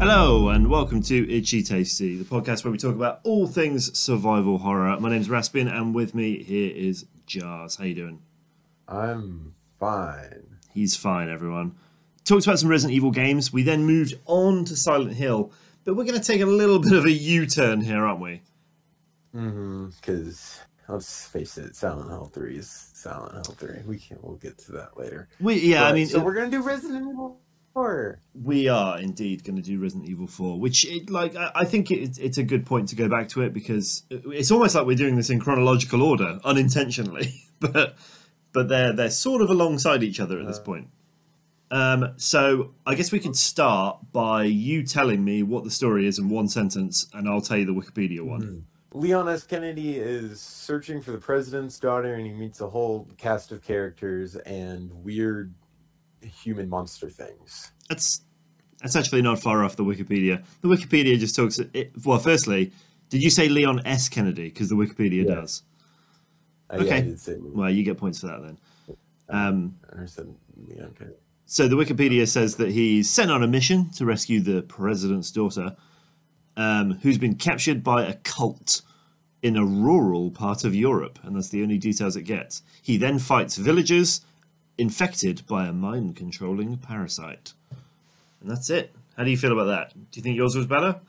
Hello and welcome to Itchy Tasty, the podcast where we talk about all things survival horror. My name's Raspin, and with me here is Jars. How you doing? I'm fine. He's fine, everyone. Talked about some Resident Evil games. We then moved on to Silent Hill, but we're going to take a little bit of a U-turn here, aren't we? Because let's face it, Silent Hill 3 is Silent Hill 3. We can we'll get to that later. We yeah, I But- mean, so we're gonna do Resident Evil 4. we are indeed going to do Resident Evil 4, which, it, like, I, I think it, it's a good point to go back to it because it- it's almost like we're doing this in chronological order, unintentionally, but but they're they're sort of alongside each other at this point. Um, so I guess we could start by you telling me what the story is in one sentence, and I'll tell you the Wikipedia one. Leon S. Kennedy is searching for the president's daughter, and he meets a whole cast of characters and weird human monster things. That's that's actually not far off the Wikipedia. The Wikipedia just talks. It, well, firstly, did you say Leon S. Kennedy? Because the Wikipedia Yeah. does. Uh, yeah, I Okay. did say Well, you get points for that then. Um, I said Leon Kennedy. so the Wikipedia says that he's sent on a mission to rescue the president's daughter, um, who's been captured by a cult in a rural part of Europe, and that's the only details it gets. He then fights villagers infected by a mind-controlling parasite, and that's it. How do you feel about that? Do you think yours was better?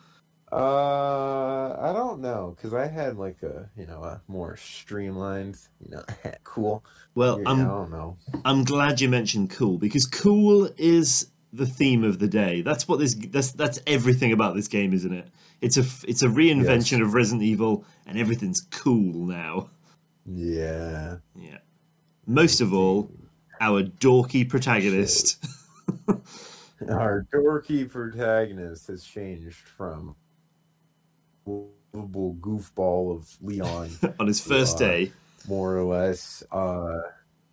Uh, I don't know, because I had like a you know a more streamlined, you know, cool. Well, Yeah, I'm I don't know. I'm glad you mentioned cool because cool is the theme of the day. That's what this that's that's everything about this game, isn't it? It's a f- it's a reinvention of Resident Evil, and everything's cool now. Yeah. Yeah. Most of all, our dorky protagonist. Our dorky protagonist has changed from lovable goofball of Leon, on his first Yeah. day, more or less, uh,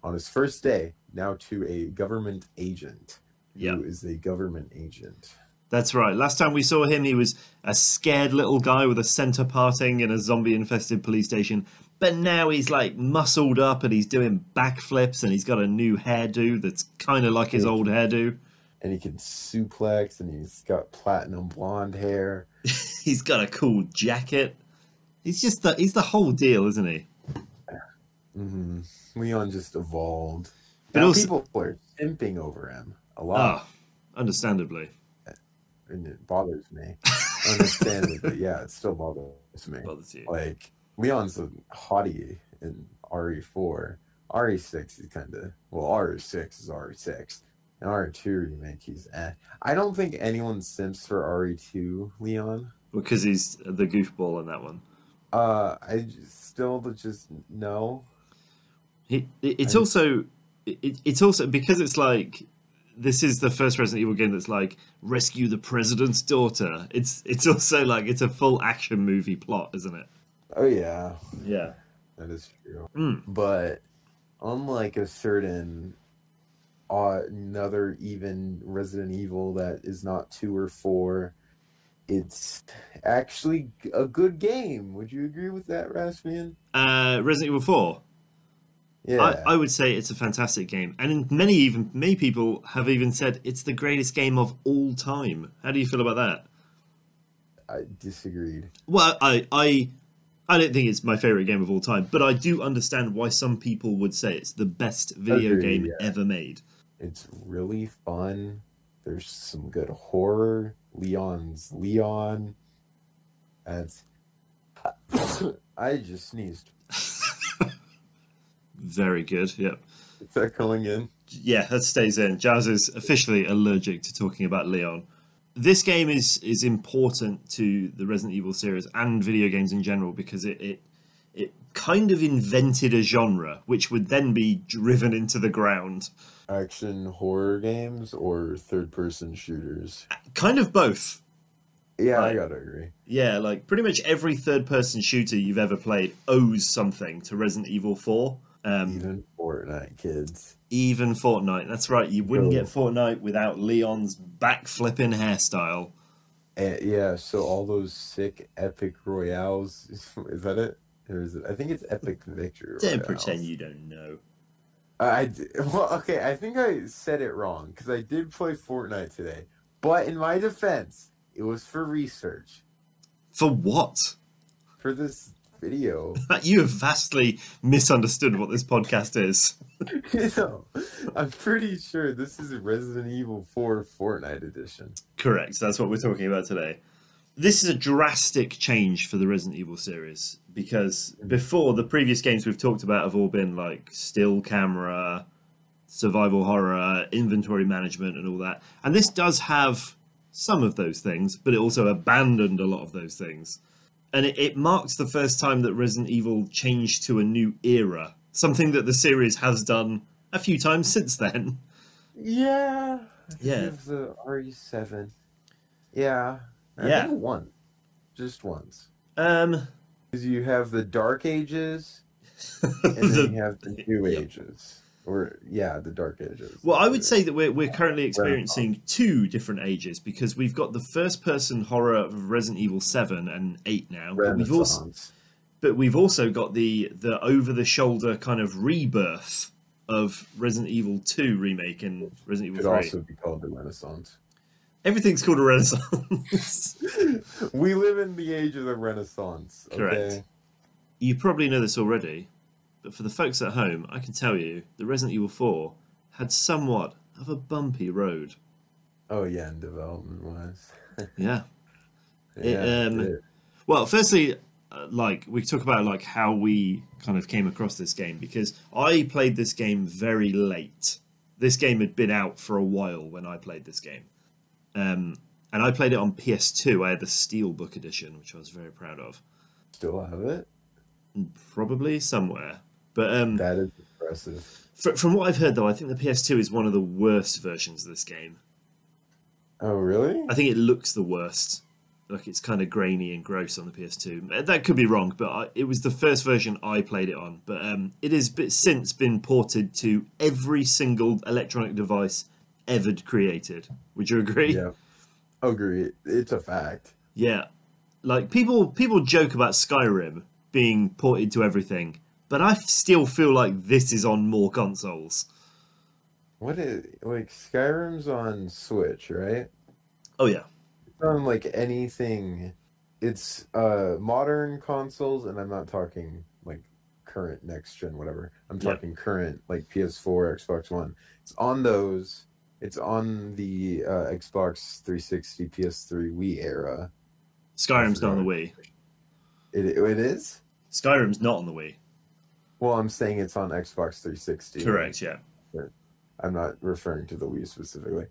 on his first day, now to a government agent. Yeah. Who is a government agent? that's right. Last time we saw him, he was a scared little guy with a center parting in a zombie infested police station. But now he's like muscled up and he's doing backflips and he's got a new hairdo that's kind of like his Yeah. old hairdo. And he can suplex, and he's got platinum blonde hair. He's got a cool jacket. He's just the he's the whole deal, isn't he? hmm Leon just evolved. But Now also- people are simping over him a lot, Ah, understandably. Ah. and it bothers me. Understandably, but yeah, it still bothers me. Bothers you. like Leon's a hottie in E RE4. RE6 E is kind of well, RE6 is RE6. And RE2 remake, he's eh. I don't think anyone simps for RE2 Leon. Because he's the goofball in that one. Uh, I j- still just no. He, it- it's I- also it, it's also because it's like this is the first Resident Evil game that's like rescue the president's daughter. It's it's also like it's a full action movie plot, isn't it? Oh yeah, Yeah. that is true. Mm. But unlike a certain uh, another even Resident Evil that is not two or four, it's actually g- a good game. Would you agree with that, Raspian? Uh, Resident Evil Four. Yeah, I, I would say it's a fantastic game, and many even many people have even said it's the greatest game of all time. How do you feel about that? I disagreed. Well, I, I, I don't think it's my favorite game of all time, but I do understand why some people would say it's the best video Agreed, game ever made. It's really fun. There's some good horror. Leon's Leon. That's. I just sneezed. Very good. Yep. Is that going in? Yeah, that stays in. Jazz is officially allergic to talking about Leon. This game is is important to the Resident Evil series and video games in general because it it, it kind of invented a genre which would then be driven into the ground. Action horror games or third person shooters? Kind of both. Yeah, Right. I gotta agree. Yeah, like pretty much every third person shooter you've ever played owes something to Resident Evil 4. Um, Even Fortnite kids. even Fortnite. That's right, you wouldn't Cool. get Fortnite without Leon's back flipping hairstyle. Eh, yeah, so all those sick epic royales. Is that it? Or is it? I think it's epic victory. Don't Royales. pretend you don't know. I I d- well, okay. I think I said it wrong because I did play Fortnite today. But in my defense, It was for research For what? for this video. You have vastly misunderstood what this podcast is. you know, I'm pretty sure this is Resident Evil 4 Fortnite edition. Correct. That's what we're talking about today. This is a drastic change for the Resident Evil series because Mm-hmm. before the previous games we've talked about have all been like still camera, survival horror, inventory management, and all that. And this does have some of those things, but it also abandoned a lot of those things. And it, it marked the first time that Resident Evil changed to a new era, something that the series has done a few times since then. Yeah. Yeah. Give the RE7. E Yeah. I Yeah. think one. Just once. Um, Because you have the Dark Ages, and the- then you have the New Yep. Ages. Or, yeah, the Dark Ages. Well, I would say that we're, we're currently experiencing two different ages because we've got the first person horror of Resident Evil 7 and 8 now. But we've, also, Renaissance. but we've also got the, the over the shoulder kind of rebirth of Resident Evil 2 remake and Resident Could Evil 3. also be called the Renaissance. Everything's called a renaissance. we live in the age of the Renaissance. Okay? Correct. you probably know this already, but for the folks at home, I can tell you that Resident Evil 4 had somewhat of a bumpy road. Oh, yeah, and development wise. Yeah. It, Yeah, it um, did. Well, firstly, uh, like we talk about like how we kind of came across this game because I played this game very late. This game had been out for a while when I played this game, um, and I played it on PS2. I had the Steelbook edition, which I was very proud of, Still have it? and probably somewhere. But um, That is impressive. fr- from what I've heard, though, I think the PS2 is one of the worst versions of this game. Oh, really? I think it looks the worst. Like it's kind of grainy and gross on the PS2. Uh, That could be wrong, but I, it was the first version I played it on. But um, it has bit, since been ported to every single electronic device ever created. Would you agree? Yeah. Agree. It's a fact. Yeah. Like people people joke about Skyrim being ported to everything, but I still feel like this is on more consoles. What is like Skyrim's on Switch, right? Oh yeah. It's on like anything. It's uh modern consoles, and I'm not talking like current next gen, whatever. I'm Yeah. talking current like PS4, Xbox One. It's on those. It's on the uh, Xbox 360, PS3, Wii era. Skyrim's not on the Wii. It it is. Skyrim's not on the Wii. Well, I'm saying it's on Xbox 360. Correct, yeah. I'm not referring to the Wii specifically.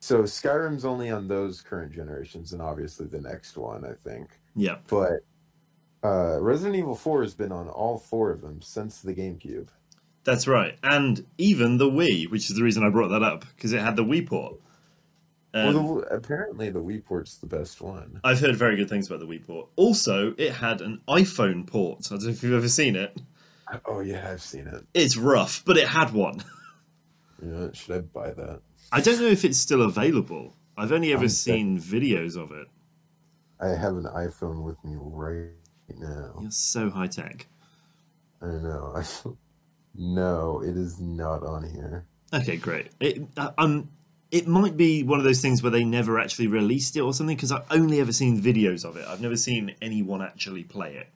So Skyrim's only on those current generations and obviously the next one, I think. Yeah. But uh, Resident Evil 4 has been on all four of them since the GameCube. That's right, and even the Wii, which is the reason I brought that up because it had the Wii port. Um, well, the, apparently the Wii port's the best one. I've heard very good things about the Wii port. Also, it had an iPhone port. I don't know if you've ever seen it. Oh yeah, I've seen it. It's rough, but it had one. You know, what, should I buy that? I don't know if it's still available. I've only ever I'm seen videos of it. I have an iPhone with me right now. You're so high tech. I know. no, it is not on here. Okay, great. It, uh, um, it might be one of those things where they never actually released it or something because I've only ever seen videos of it. I've never seen anyone actually play it.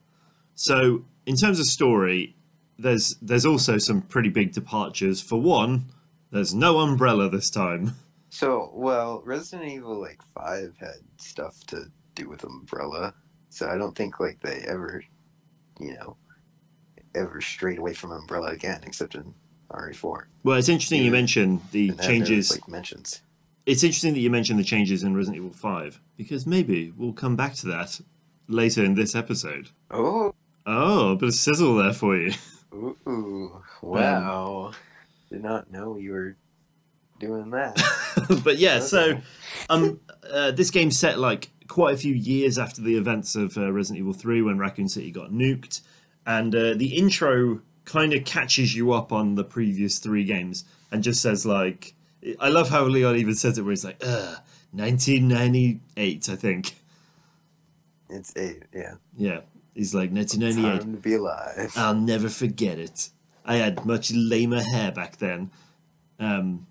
So, in terms of story, there's there's also some pretty big departures. For one, there's no umbrella this time. So, well, Resident Evil like five had stuff to do with Umbrella, so I don't think like they ever, you know, ever strayed away from Umbrella again, except in RE four. Well, it's interesting you Yeah. mentioned the changes. like mentions. It's interesting that you mentioned the changes in Resident Evil 5 because maybe we'll come back to that later in this episode. Oh, Oh, a bit of sizzle there for you. ooh, wow! Did not know you were doing that. but yeah, so Okay. um, uh, this game's set like quite a few years after the events of uh, Resident Evil 3 when Raccoon City got nuked. And uh, the intro kind of catches you up on the previous three games and just says, like, I love how Leon even says it where he's like, uh, 1998, I think. it's eight. Yeah, Yeah. He's like, 1998. time to be alive. I'll never forget it. I had much lamer hair back then. Um,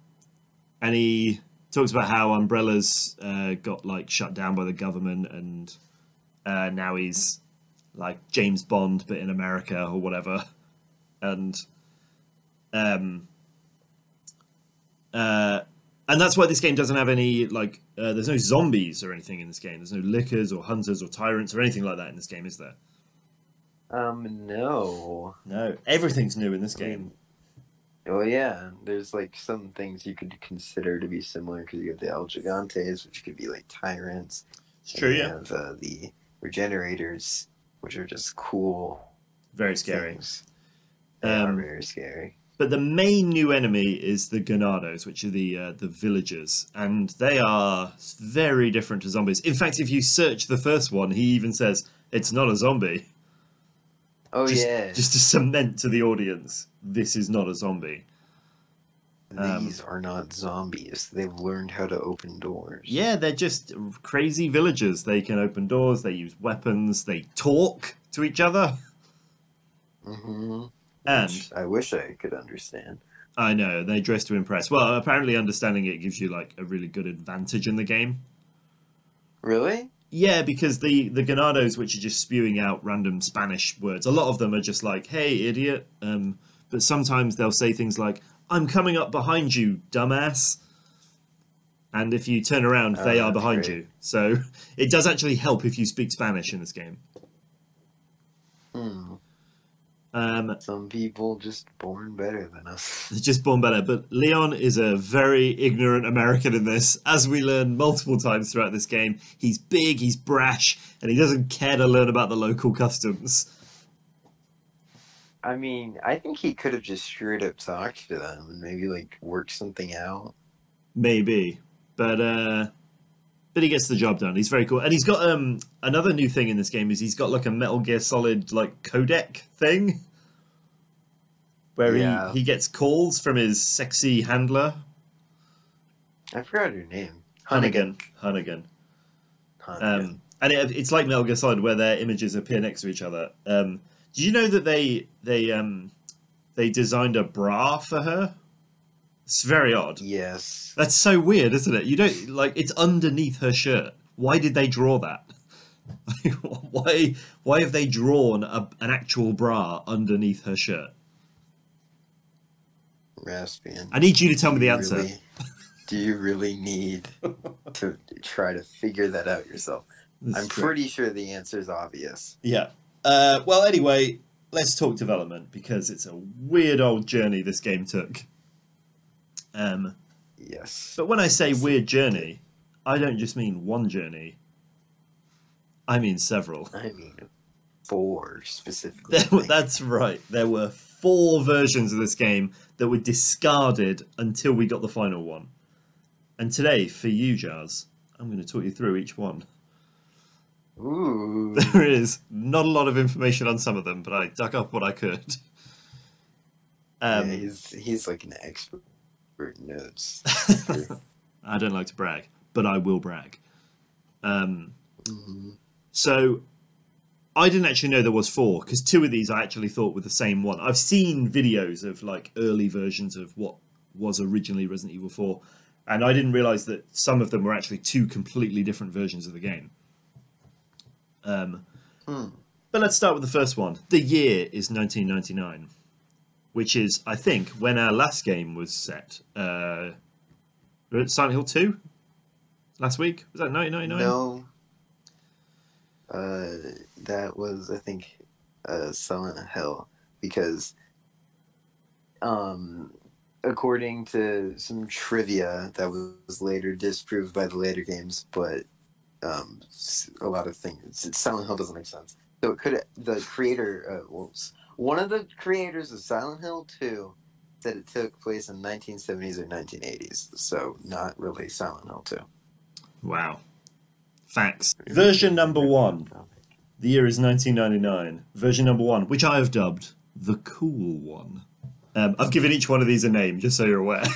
and he talks about how umbrellas uh, got like shut down by the government and uh, now he's like James Bond but in America or whatever and um uh and that's why this game doesn't have any like uh, there's no zombies or anything in this game there's no lickers or hunters or tyrants or anything like that in this game is there Um, no. no everything's new in this I game mean, well, yeah. There's like some things you could consider to be similar because you have the El Gigantes, which could be like tyrants. it's true You yeah have uh, the Regenerators, which are just cool. very scary Things. They are Um, very scary. But the main new enemy is the Ganados, which are the uh, the villagers, and they are very different to zombies. In fact, if you search the first one, he even says it's not a zombie. Oh just, yeah, Just to cement to the audience, this is not a zombie. um, these are not zombies. They've learned how to open doors. Yeah, they're just crazy villagers. They can open doors. They use weapons. They talk to each other. hmm And I wish I could understand. I know they dress to impress. Well, apparently, understanding it gives you like a really good advantage in the game. Really? Yeah, because the the Ganados, which are just spewing out random Spanish words, a lot of them are just like, "Hey, idiot," um, but sometimes they'll say things like, "I'm coming up behind you, dumbass," and if you turn around, Oh, they are that's behind great. you. So it does actually help if you speak Spanish in this game. Hmm. Um, Some people just born better than us. it's just born better, but Leon is a very ignorant American in this, as we learn multiple times throughout this game. He's big, he's brash, and he doesn't care to learn about the local customs. I mean, I think he could have just straight up talked to them and maybe like worked something out. maybe but uh but he gets the job done he's very cool and he's got um another new thing in this game is he's got like a metal gear solid like codec thing where Yeah. he, he gets calls from his sexy handler I forgot her name. hunnigan hunnigan Hunnigan. um and it, it's like metal gear solid where their images appear next to each other um did you know that they they um they designed a bra for her it's very odd yes. That's so weird, isn't it? You don't like it's underneath her shirt. Why did they draw that? why why have they drawn a, an actual bra underneath her shirt? Raspian. I need you to tell me the You answer. really- do you really need to try to figure that out yourself? This I'm is great. pretty sure the answer is obvious. Yeah. Uh, well, anyway, let's talk development because it's a weird old journey this game took. Um, Yes. but when I say weird journey, I don't just mean one journey. I mean several. I mean, four specifically. I There were, think. that's right. There were four versions of this game that were discarded until we got the final one. And today, for you, Jars, I'm going to talk you through each one. Ooh. There is not a lot of information on some of them, but I dug up what I could. yeah, Um, he's he's like an expert in notes. I don't like to brag, but I will brag. Um, Mhm. So I didn't actually know there was four because two of these I actually thought were the same one. I've seen videos of like early versions of what was originally Resident Evil 4 and I didn't realize that some of them were actually two completely different versions of the game. Um, Hmm. but let's start with the first one. The year is 1999, which is I think when our last game was set. Uh, was it Silent Hill 2 last week was that 1999? No. Uh, that was, I think, uh, Silent Hill, because, um, according to some trivia that was later disproved by the later games, but um, s- a lot of things. Silent Hill doesn't make sense. So it could the creator, uh, well, s- one of the creators of Silent Hill Two said it took place in 1970s or 1980s, so not really Silent Hill Two. Wow. Facts. Version number one. The year is 1999. Version number one, which I have dubbed the cool one. Um, I've given each one of these a name, just so you're aware.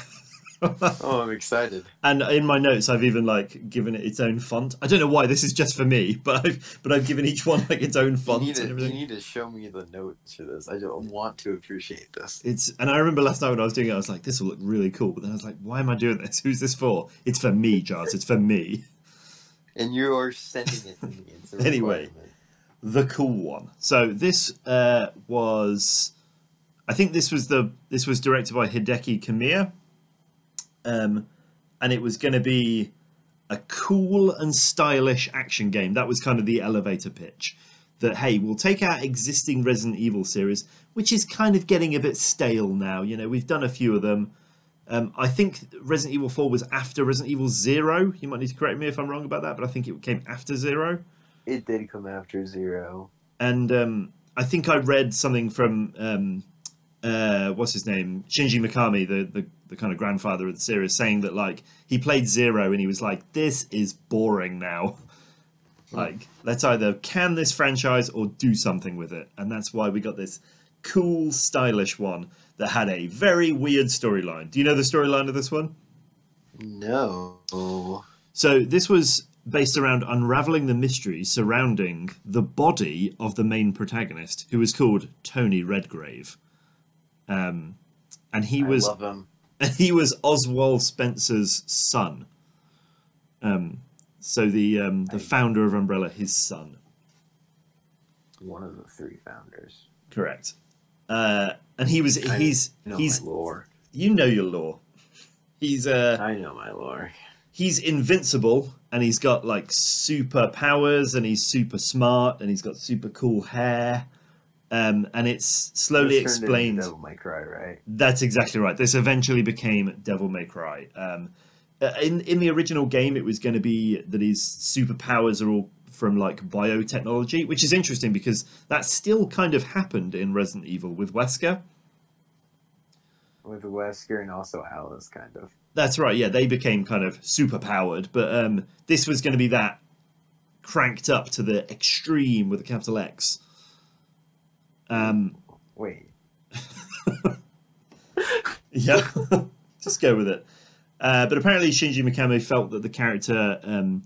Oh, I'm excited. and in my notes, I've even like given it its own font. I don't know why this is just for me, but I've but I've given each one like its own You font need, to, and you everything. need to show me the notes for this. I don't want to appreciate this. It's and I remember last night when I was doing it, I was like, "This will look really cool," but then I was like, "Why am I doing this? Who's this for?" It's for me, Jars. It's for me, And you are sending it to me. It's a Anyway. requirement. the cool one. So this uh, was, I think this was the this was directed by Hideki Kamiya, um, and it was going to be a cool and stylish action game. That was kind of the elevator pitch. That hey, we'll take our existing Resident Evil series, which is kind of getting a bit stale now. You know, we've done a few of them. Um, I think Resident Evil 4 was after Resident Evil 0. You might need to correct me if I'm wrong about that, but I think it came after 0 It did come after zero. and um, I think I read something from um, uh, what's his name Shinji Mikami, the, the the kind of grandfather of the series, saying that like he played Zero and he was like, "This is boring now." like, let's either can this franchise or do something with it, and that's why we got this cool, stylish one that had a very weird storyline. Do you know the storyline of this one? No. So this was based around unraveling the mystery surrounding the body of the main protagonist, who was called Tony Redgrave. Um, and he I was love him. he was Oswald Spencer's son. Um, so the um, the I- founder of Umbrella, his son. One of the three founders. Correct. Uh, and he was I he's I know he's my lore. you know your lore. He's uh I know my lore. he's invincible and he's got like super powers and he's super smart and he's got super cool hair um, and it's slowly This turned into explained Devil May Cry, right? that's exactly right this eventually became devil may cry um, uh, in, in the original game it was going to be that his superpowers are all from like biotechnology which is interesting because that still kind of happened in resident evil with wesker With Wesker and also Alice, kind of. That's right. Yeah, they became kind of super powered, but um, this was going to be that cranked up to the extreme with a capital X. Um, Wait. yeah, just go with it. Uh, but apparently, Shinji Mikami felt that the character um,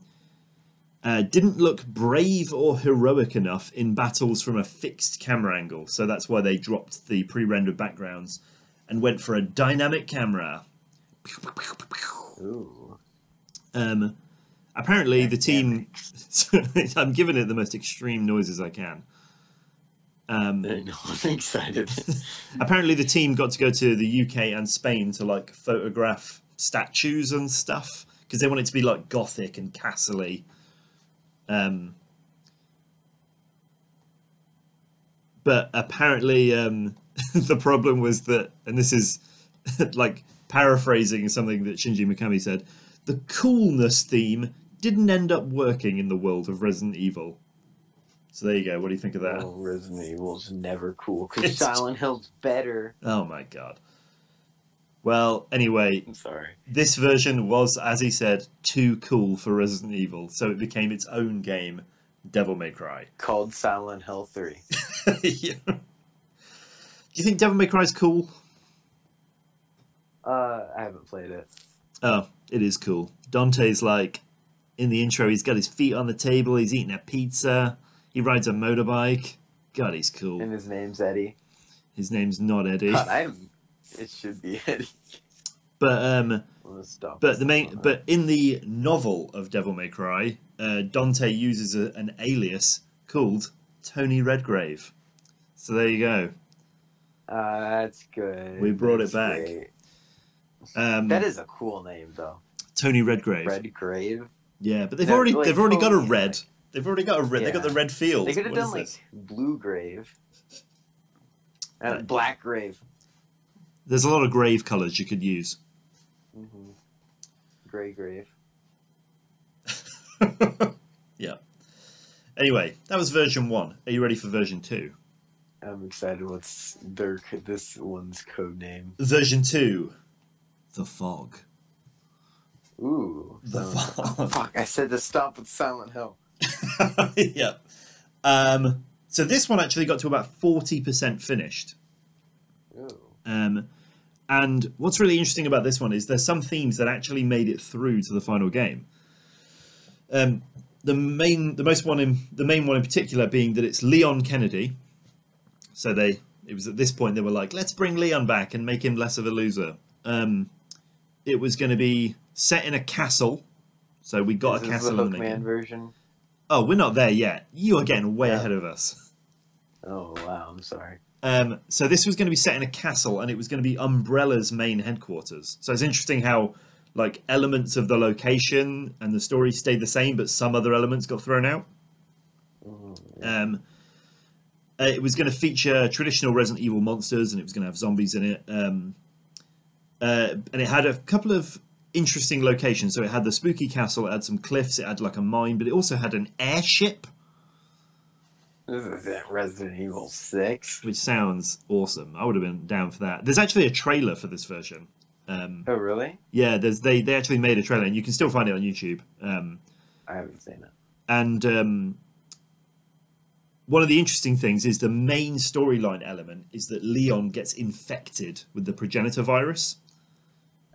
uh, didn't look brave or heroic enough in battles from a fixed camera angle, so that's why they dropped the pre-rendered backgrounds and went for a dynamic camera. Ooh. Um, apparently, the team. Dynamics. I'm giving it the most extreme noises I can. Um, I know, I'm excited. apparently, the team got to go to the UK and Spain to like photograph statues and stuff because they want it to be like gothic and castle-y. Um, but apparently, um, the problem was that, and this is like paraphrasing something that Shinji Mikami said, the coolness theme didn't end up working in the world of Resident Evil. So there you go. What do you think of that? well, Resident Evil's never cool It's- because Silent Hill's better. Oh my god. Well, anyway, I'm sorry. this version was, as he said, too cool for Resident Evil, so it became its own game, Devil May Cry. Called Silent Hill 3. Yeah. Do you think Devil May Cry is cool? Uh, I haven't played it. Oh, it is cool. Dante's like, in the intro, he's got his feet on the table, he's eating a pizza, he rides a motorbike. God, he's cool. And his name's Eddie. His name's not Eddie. God, I'm. It should be Eddie. But, um,. I'm gonna stop. But this the main, one. but in the novel of Devil May Cry, uh, Dante uses a, an alias called Tony Redgrave. So there you go. Uh, that's good. We brought it That's back. great. Um, That is a cool name, though. Tony Redgrave. Red Grave. Yeah, but they've No, already like, they've already got a totally, red. like- They've already got a red. They got Yeah. the red field. They could have What is done like this? Blue Grave. Uh, Uh, Black Grave. There's a lot of grave colours you could use. hmm Gray Grave. yeah. Anyway, that was version one. Are you ready for version two? I'm excited. What's their co- this one's code name? Version two, the fog. Ooh. The Silent- fog. Fuck! I said to stop with Silent Hill. yeah. Um, so this one actually got to about forty percent finished. Ooh. Um, And what's really interesting about this one is there's some themes that actually made it through to the final game. Um, the main, the most one in the main one in particular being that it's Leon Kennedy. So they, it was at this point they were like, let's bring Leon back and make him less of a loser. Um, it was going to be set in a castle, so we got Is a this castle. the in the game. Hookman version. Oh, we're not there yet. You are getting way Yeah. ahead of us. Oh wow, I'm sorry. Um, so this was going to be set in a castle, and it was going to be Umbrella's main headquarters. So it's interesting how like elements of the location and the story stayed the same, but some other elements got thrown out. Oh, yeah. Um, uh, it was going to feature traditional Resident Evil monsters, and it was going to have zombies in it. Um, uh, and it had a couple of interesting locations. So it had the spooky castle, it had some cliffs, it had like a mine, but it also had an airship, This is it, Resident Evil Six. which sounds awesome. I would have been down for that. There's actually a trailer for this version. Um, Oh really? yeah, there's they they actually made a trailer, and you can still find it on YouTube. Um, I haven't seen it. and um, one of the interesting things is the main storyline element is that Leon gets infected with the progenitor virus.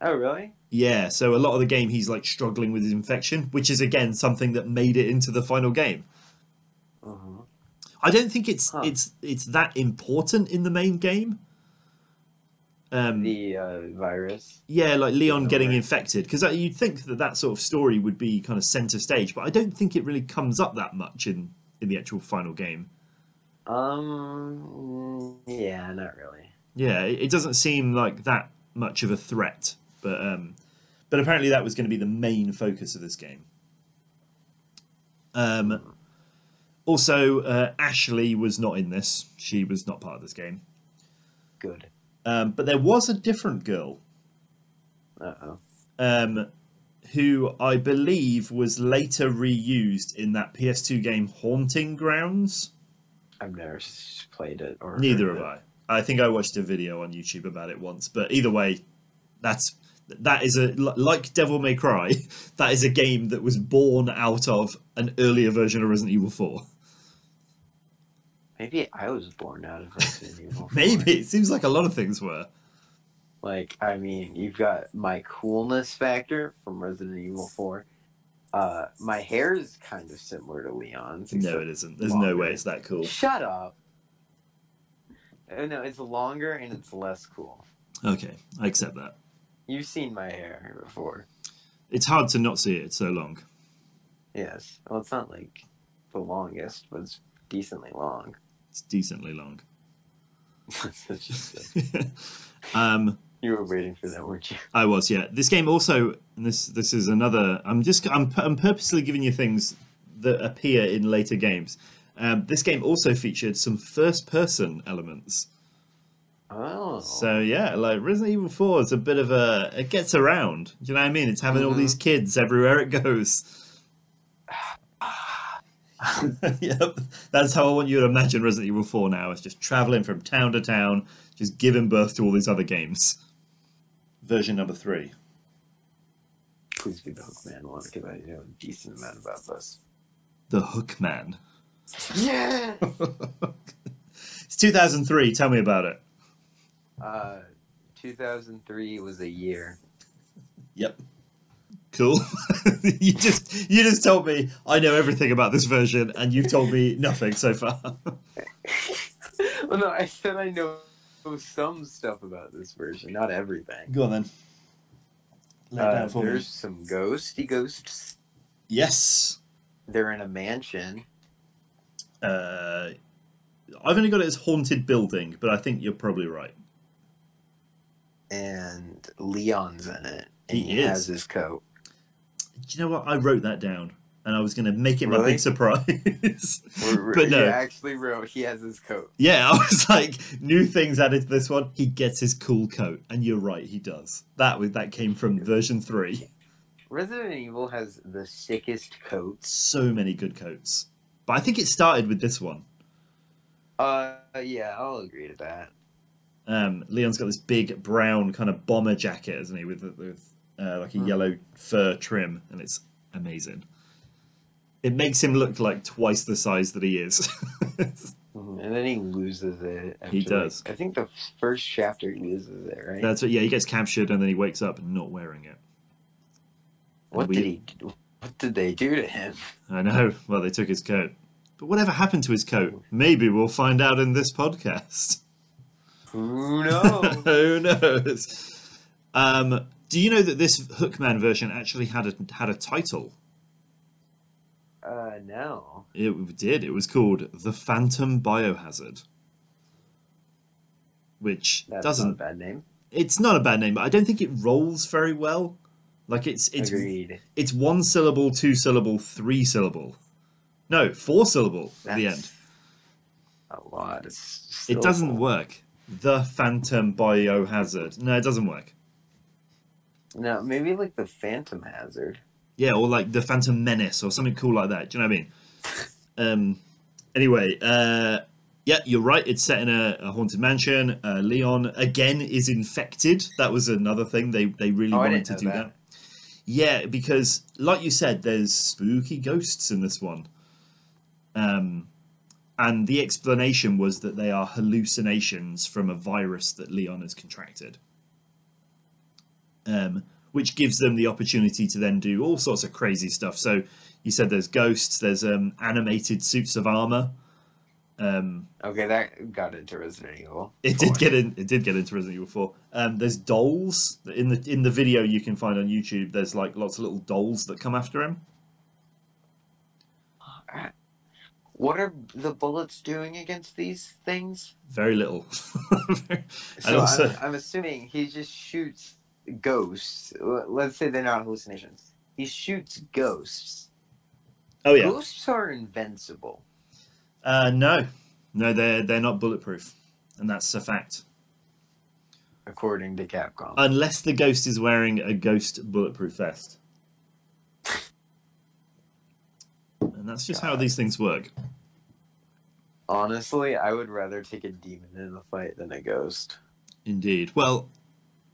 Oh really? Yeah, so a lot of the game he's like struggling with his infection, which is again something that made it into the final game. Uh-huh. I don't think it's Huh. it's it's that important in the main game. Um, The uh, virus. Yeah, like Leon Yeah, getting right. infected, because you'd think that that sort of story would be kind of center stage, but I don't think it really comes up that much in in the actual final game. Um. Yeah, not really. Yeah, it, it doesn't seem like that much of a threat, but um, but apparently that was going to be the main focus of this game. Um, also, uh, Ashley was not in this; she was not part of this game. Good. Um, but there was a different girl Uh oh. um, who I believe was later reused in that PS2 game Haunting Grounds. I've never s- played it or Neither heard have I. I think I watched a video on YouTube about it once, but either way, that's that is a li- like Devil May Cry. That is a game that was born out of an earlier version of Resident Evil Four. Maybe I was born out of Resident Evil. 4. Maybe it seems like a lot of things were. Like, I mean, you've got my coolness factor from Resident Evil 4. Uh, my hair is kind of similar to Leon's. No, except- it isn't. There's no longer. way it's that cool. Shut up. Uh, No, it's longer and it's less cool. Okay, I accept that. You've seen my hair before. It's hard to not see it it's so long. Yes. Well, it's not like the longest, but it's decently long. It's decently long. It's just- um, you were waiting for that, weren't you? I was, yeah. This game also, and this this is another. I'm just I'm I'm purposely giving you things that appear in later games. Um, this game also featured some first person elements. Oh. So yeah, like Resident Evil Four is a bit of a it gets around. Do you know what I mean? It's having all Mhm. these kids everywhere it goes. yep, that's how I want you to imagine Resident Evil Four now. It's just traveling from town to town, just giving birth to all these other games. Version number three. Please be the Hookman one because I know a decent amount about this. The Hookman. Yeah. it's 2003. Tell me about it. Uh, 2003 was a year. Yep. Cool. you just you just told me I know everything about this version, and you've told me nothing so far. well, no, I said I know some stuff about this version, not everything. Go on then. Lay it Uh, down for me. there's some ghosty ghosts. Yes. They're in a mansion. Uh, I've only got it as haunted building, but I think you're probably right. and Leon's in it, and He he, is. has his coat. Do you know what? I wrote that down, and I was going to make it my Really? big surprise. Or- But no. he actually wrote he has his coat. Yeah, I was like, new things added to this one. He gets his cool coat, and you're right, he does. That was that came from version three. Resident Evil has the sickest coats. So many good coats, but I think it started with this one. Uh, yeah, I'll agree to that. Um, Leon's got this big brown kind of bomber jacket, isn't he, with with uh, like a Hmm. yellow fur trim, and it's amazing. It makes him look like twice the size that he is. Mhm. And then he loses it. After, He does. like- I think the first chapter he loses it, right? That's it. Yeah, he gets captured and then he wakes up not wearing it. what we- did he? What did they do to him? I know. Well, they took his coat. But whatever happened to his coat? Maybe we'll find out in this podcast. Who knows? Who knows? Um, do you know that this Hookman version actually had a had a title? uh, no. It did. It was called The Phantom Biohazard. Which That's not a doesn't bad name. it's not a bad name, but I don't think it rolls very well. Like it's it's Agreed. it's one syllable, two syllable, three syllable. No, four syllable at the end. That's A lot. It's It doesn't syllable. work. The Phantom Biohazard. No, it doesn't work. No, maybe like the Phantom Hazard. Yeah, or like the Phantom Menace or something cool like that. Do you know what I mean? Um. Anyway, uh, yeah, you're right. It's set in a, a haunted mansion. Uh, Leon again is infected. That was another thing they they really Oh, I wanted didn't to know do that. that. Yeah, because like you said, there's spooky ghosts in this one. Um, and the explanation was that they are hallucinations from a virus that Leon has contracted. Um, which gives them the opportunity to then do all sorts of crazy stuff. So you said there's ghosts, there's um, animated suits of armor. Um, Okay, that got into Resident Evil. it Four. did get in. It did get into Resident Evil Four. Um, there's dolls in the in the video you can find on YouTube. There's like lots of little dolls that come after him. What are the bullets doing against these things? Very little. So also- I'm, I'm assuming he just shoots ghosts. L- Let's say they're not hallucinations. He shoots ghosts. oh yeah. Ghosts are invincible. Uh, no, no, they're they're not bulletproof, and that's a fact. According to Capcom. Unless the ghost is wearing a ghost bulletproof vest. And that's just how God. these things work. Honestly, I would rather take a demon in a fight than a ghost. Indeed. Well,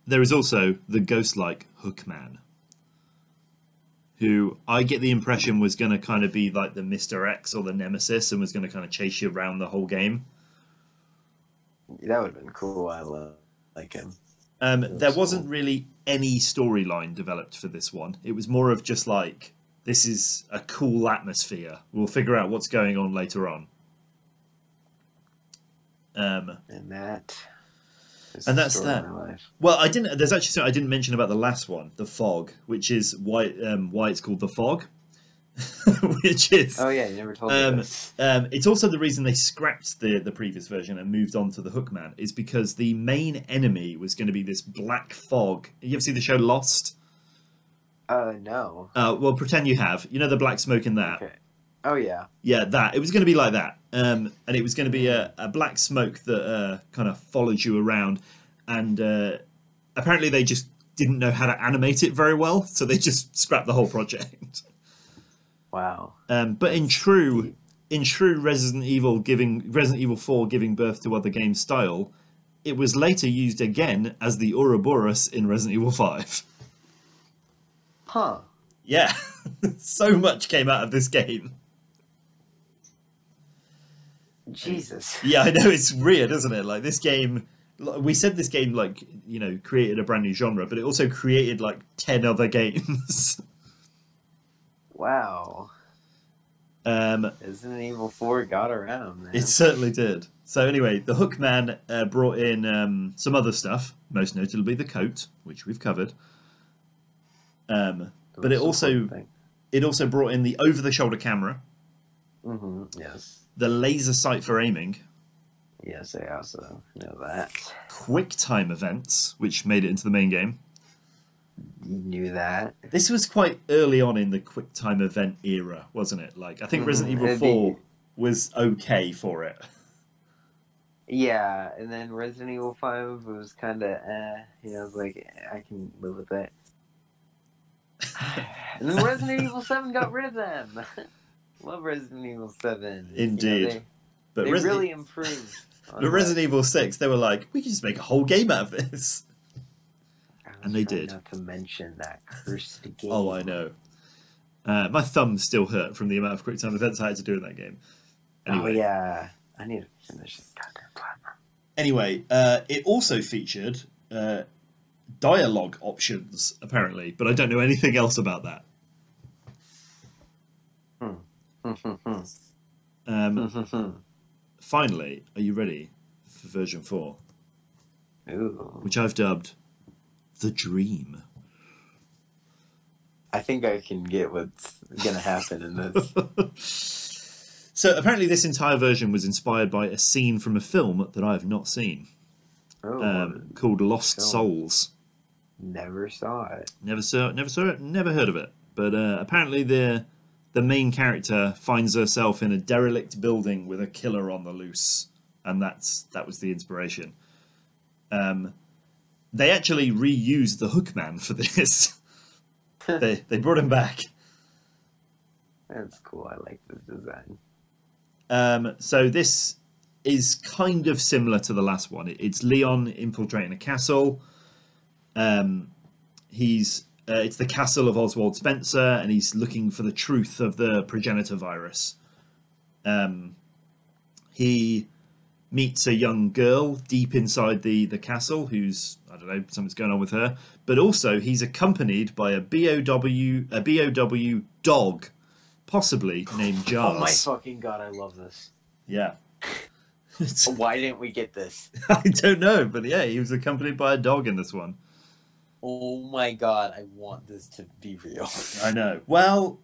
there is also the ghost like Hookman, who I get the impression was going to kind of be like the Mr. X or the Nemesis and was going to kind of chase you around the whole game. That would have been cool. I love like him. Um, there That's wasn't cool. really any storyline developed for this one. It was more of just like, this is a cool atmosphere. We'll figure out what's going on later on. Um, And that. Is And the that's story of that. my life. well, I didn't. There's actually something I didn't mention about the last one, the fog, which is why um, why it's called the fog, which is Oh yeah, you never told Um, me this. Um, it's also the reason they scrapped the, the previous version and moved on to the Hookman is because the main enemy was going to be this black fog. You ever see the show Lost? Uh, no. Uh, well, pretend you have. You know the black smoke in that. Okay. Oh yeah. Yeah, that. It was going to be like that, um, and it was going to be a, a black smoke that uh, kind of followed you around, and uh, apparently they just didn't know how to animate it very well, so they just scrapped the whole project. Wow. Um, but in true, in true Resident Evil giving Resident Evil Four giving birth to other game style, it was later used again as the Ouroboros in Resident Evil Five. Huh. Yeah, so much came out of this game. Jesus. Yeah, I know it's weird, isn't it? Like this game, like, we said this game like you know created a brand new genre, but it also created like ten other games. Wow. um, Isn't Evil 4 got around, man? It certainly did. So anyway, the Hookman uh, brought in um, some other stuff, most notably the coat, which we've covered. Um, but it also it also brought in the over-the-shoulder camera, hmm Yes. the laser sight for aiming, Yes, I also know that. quick time events, which made it into the main game. You knew that. This was quite early on in the quick time event era, wasn't it? Like I think Resident Mhm. Evil It'd Four was okay for it. Yeah, and then Resident Evil 5 was kind of, eh. You know, I was like, eh, I can live with that. and then Resident Evil 7 got rid of them. Love Resident Evil 7. You know, Indeed. they But they Resident, really improved. on but that. Resident Evil Six, they were like, we can just make a whole game out of this. I was and they trying did. Not to mention that cursed game. Oh, I know. Uh, my thumb still hurt from the amount of quick time events I had to do in that game. Anyway, Oh yeah, I need to finish this goddamn platinum. Anyway, uh, it also featured uh, dialogue options, apparently, but I don't know anything else about that. Hmm. Um, finally, are you ready for version 4, Ooh. which I've dubbed The Dream? I think I can get what's gonna happen in this. so apparently, this entire version was inspired by a scene from a film that I have not seen, Oh, um, called Lost film. Souls. never saw it. Never saw, never saw it, never heard of it. But uh, apparently, the the main character finds herself in a derelict building with a killer on the loose, and that's that was the inspiration. Um, they actually reused the Hookman for this. they they brought him back. That's cool. I like this design. Um, so this is kind of similar to the last one. It- It's Leon infiltrating a castle. Um, he's uh, it's the castle of Oswald Spencer, and he's looking for the truth of the progenitor virus. Um, he meets a young girl deep inside the the castle, who's I don't know something's going on with her. But also he's accompanied by a bow a bow dog, possibly named Jars. Oh my fucking god! I love this. Yeah. It's- Why didn't we get this? I don't know, but yeah, he was accompanied by a dog in this one. Oh my god! I want this to be real. I know. Well,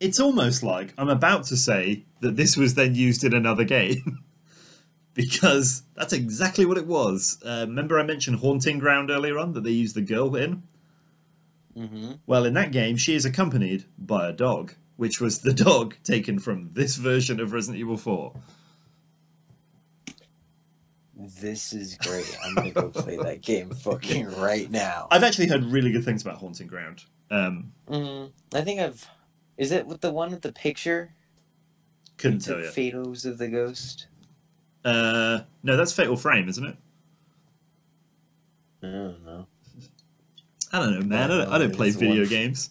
it's almost like I'm about to say that this was then used in another game. because that's exactly what it was. Uh, remember I mentioned Haunting Ground earlier on that they used the girl in? Mm-hmm. Well, in that game, she is accompanied by a dog, which was the dog taken from this version of Resident Evil 4. This is great. I'm gonna go play that game fucking right now. I've actually heard really good things about Haunting Ground. Um, Mm, I think I've. Is it with the one with the picture? couldn't The tell you. Photos of the ghost. Uh, no, that's Fatal Frame, isn't it? I don't know. I don't know, man. I don't, I don't play It's video one- games.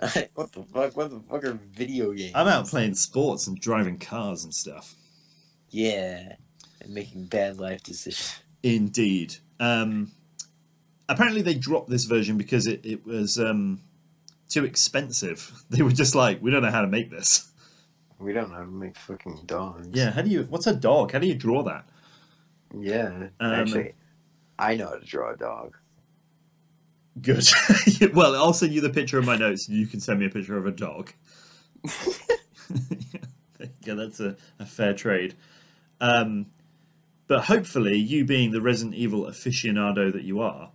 what the fuck? What the fuck are video games? I'm out playing sports and driving cars and stuff. Yeah, and making bad life decisions. Indeed. Um, apparently, they dropped this version because it, it was um, too expensive. They were just like, we don't know how to make this. We don't know how to make fucking dogs. Yeah, how do you. What's a dog? How do you draw that? Yeah. Um, Actually, I know how to draw a dog. Good. well, I'll send you the picture of my notes and you can send me a picture of a dog. yeah, that's a, a fair trade. Um, but hopefully, you being the Resident Evil aficionado that you are,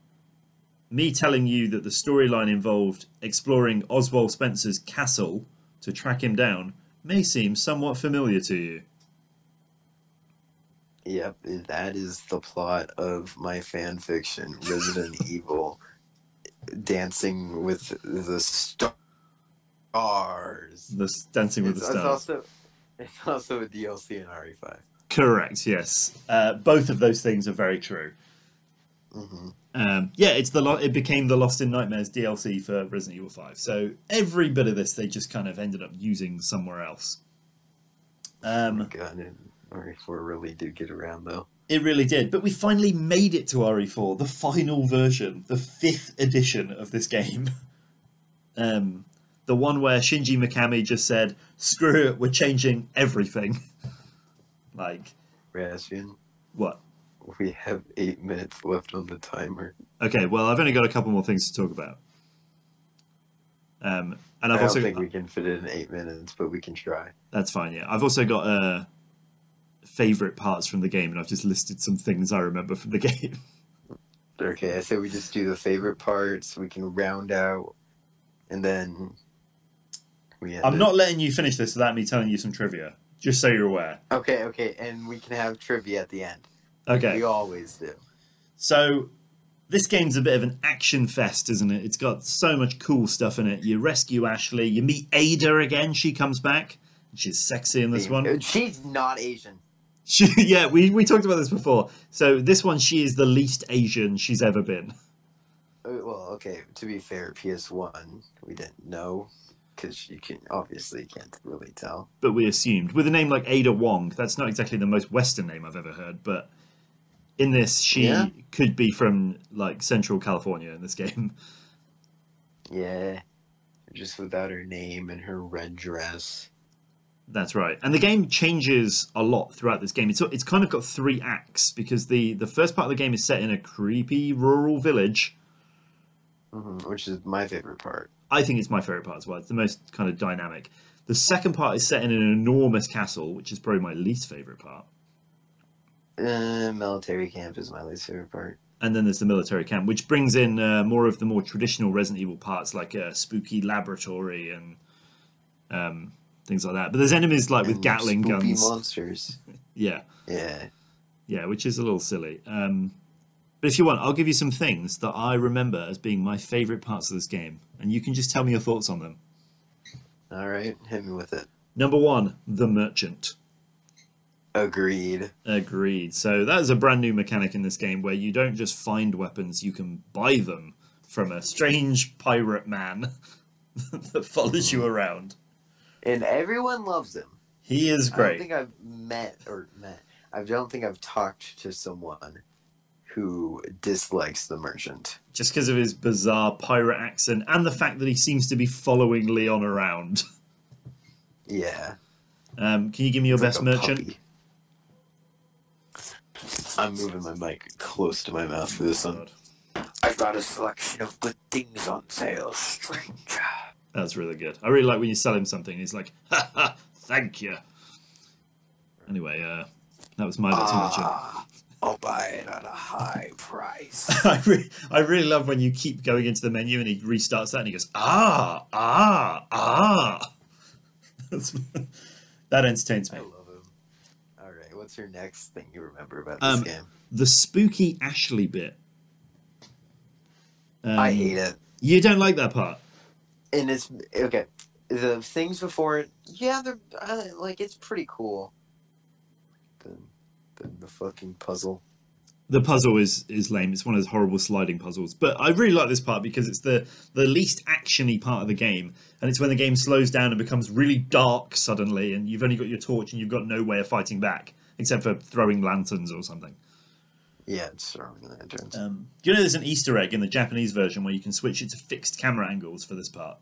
me telling you that the storyline involved exploring Oswald Spencer's castle to track him down may seem somewhat familiar to you. Yep, that is the plot of my fan fiction, Resident Evil, dancing with the stars. The s- Dancing with it's, the It's Stars. also, it's also a DLC in RE5. Correct, yes. Uh, both of those things are very true. hmm Um, yeah, it's the lo- it became the Lost in Nightmares DLC for Resident Evil Five. So every bit of this they just kind of ended up using somewhere else. Um, God, and RE4 E really did get around though. it really did, but we finally made it to RE4, the final version, the fifth edition of this game. Um, the one where Shinji Mikami just said, "Screw it, we're changing everything." like Raspian, what? we have eight minutes left on the timer. Okay, well I've only got a couple more things to talk about. Um, and I I've don't also think we can fit it in eight minutes, but we can try. That's fine. Yeah, I've also got uh, favorite parts from the game, and I've just listed some things I remember from the game. Okay, I say we just do the favorite parts. We can round out, and then we. End I'm it. not letting you finish this without me telling you some trivia, just so you're aware. okay. Okay, and we can have trivia at the end. Okay. We always do. So this game's a bit of an action fest, isn't it? It's got so much cool stuff in it. You rescue Ashley. You meet Ada again. She comes back. She's sexy in this one. uh, She's not Asian. She, yeah, we, we talked about this before. So this one, she is the least Asian she's ever been. Uh, Well, okay. To be fair, PS One, we didn't know because you can obviously you can't really tell. but we assumed. With a name like Ada Wong, that's not exactly the most Western name I've ever heard, but in this, she Yeah. could be from like Central California in this game. Yeah, just without her name and her red dress. That's right. And the game changes a lot throughout this game. It's, it's kind of got three acts because the, the first part of the game is set in a creepy rural village. hmm which is my favorite part. I think it's my favorite part as well. It's the most kind of dynamic. The second part is set in an enormous castle, which is probably my least favorite part. Uh, military camp is my least favorite part. and then there's the military camp, which brings in uh, more of the more traditional Resident Evil parts, like a spooky laboratory and um, things like that. But there's enemies like with And Gatling spooky guns, monsters. yeah, Yeah. yeah, which is a little silly. Um, but if you want, I'll give you some things that I remember as being my favorite parts of this game, and you can just tell me your thoughts on them. All right, hit me with it. Number one, the merchant. Agreed. Agreed. So that is a brand new mechanic in this game where you don't just find weapons, you can buy them from a strange pirate man that follows you around. And everyone loves him. He is I don't great. think I've met or met. I don't think I've talked to someone who dislikes the merchant. Just because of his bizarre pirate accent and the fact that he seems to be following Leon around. Yeah. Um, can you give me your It's like best a merchant? puppy. I'm moving my mic close to my mouth for this one. Oh, God, I got a selection of good things on sale, stranger. That's really good. I really like when you sell him something and he's like, ha ha, thank you. Anyway, uh, that was my best merchant. Ah, I'll buy it at a high price. I, re- I really love when you keep going into the menu and he restarts that and he goes, ah, ah, ah. That's, that entertains I me. love him. All right, what's your next thing you remember about this Um, game? The spooky Ashley bit. Um, I hate it. You don't like that part. and it's okay. The things before it, yeah, they're uh, like it's pretty cool. The, the, the fucking puzzle. The puzzle is is lame. It's one of those horrible sliding puzzles. But I really like this part because it's the the least actiony part of the game, and it's when the game slows down and becomes really dark suddenly, and you've only got your torch and you've got no way of fighting back except for throwing lanterns or something. Yeah, it's throwing the lanterns. Um, do you know there's an Easter egg in the Japanese version where you can switch it to fixed camera angles for this part?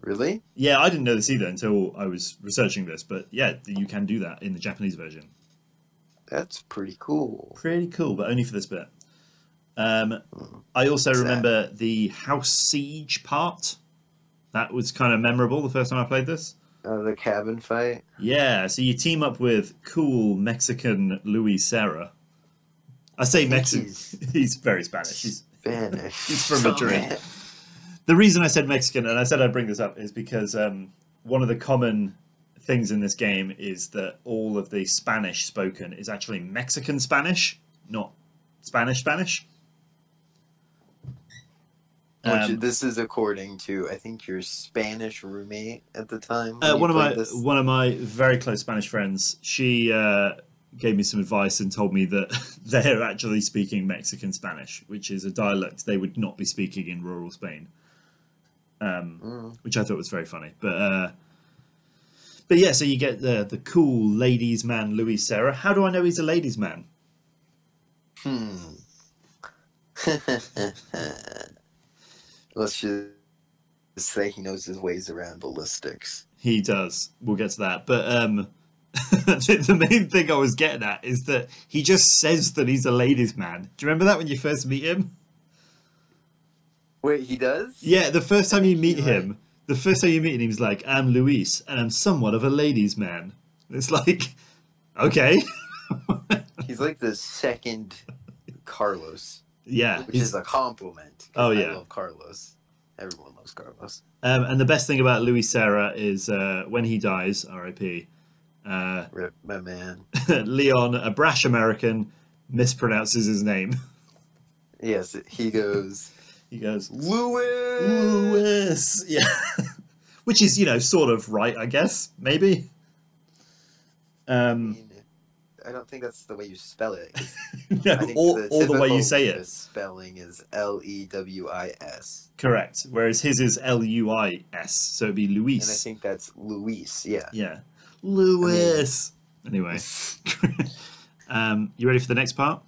Really? Yeah, I didn't know this either until I was researching this, but yeah, you can do that in the Japanese version. That's pretty cool. Pretty cool, but only for this bit. Um, Mhm. I also Sad. remember the house siege part. That was kind of memorable the first time I played this. Uh, the cabin fight. Yeah, so you team up with cool Mexican Luis Serra. I say Mexican. He's He's very Spanish. He's Spanish. He's from So Madrid. bad. the reason I said Mexican, and I said I'd bring this up, is because um, one of the common things in this game is that all of the Spanish spoken is actually Mexican Spanish, not Spanish Spanish. Which- Um, this is according to I think your Spanish roommate at the time. when uh, you one of my played this. one of my very close Spanish friends, she uh, gave me some advice and told me that they're actually speaking Mexican Spanish, which is a dialect they would not be speaking in rural Spain. Um, Mm, which I thought was very funny. But uh, but yeah, so you get the the cool ladies man Luis Serra. How do I know he's a ladies man? Hmm. Let's just say he knows his ways around ballistics. He does. We'll get to that. But um, the, the main thing I was getting at is that he just says that he's a ladies man. Do you remember that when you first meet him? Wait, he does? Yeah, the first time you think meet you're right. him, the first time you meet him, he's like, "I'm Luis, and I'm somewhat of a ladies man." It's like, okay, He's like the second Carlos, yeah, which he's- is a compliment. 'cause Oh, I yeah. love Carlos. Everyone loves Carlos. Um, and the best thing about Louis Serra is uh, when he dies, RIP, uh, Rip my man. Leon, a brash American, mispronounces his name. Yes, he goes He goes, Louis. Louis! Yeah. Which is, you know, sort of right, I guess, maybe. I Um, mean, I don't think that's the way you spell it. no, I think or, or the way typical you say it. Spelling is L E W I S, Correct. Whereas his is L U I S, so it'd be and I Luis. think that's Luis. Yeah. yeah, Luis. Anyway, um, you ready for the next part?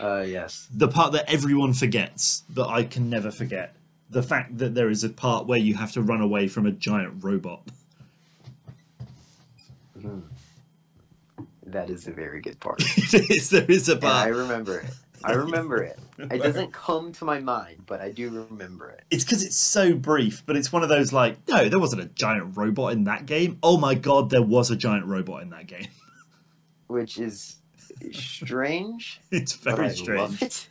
Uh, yes. The part that everyone forgets that I can never forget. The fact that there is a part where you have to run away from a giant robot. Mhm. That is a very good part. It is- there is a And I part. remember it. I remember it. It doesn't come to my mind, but I do remember it. It's because it's so brief, but it's one of those like, no, there wasn't a giant robot in that game. Oh my god, there was a giant robot in that game. Which is strange. It's but very I strange. Love it.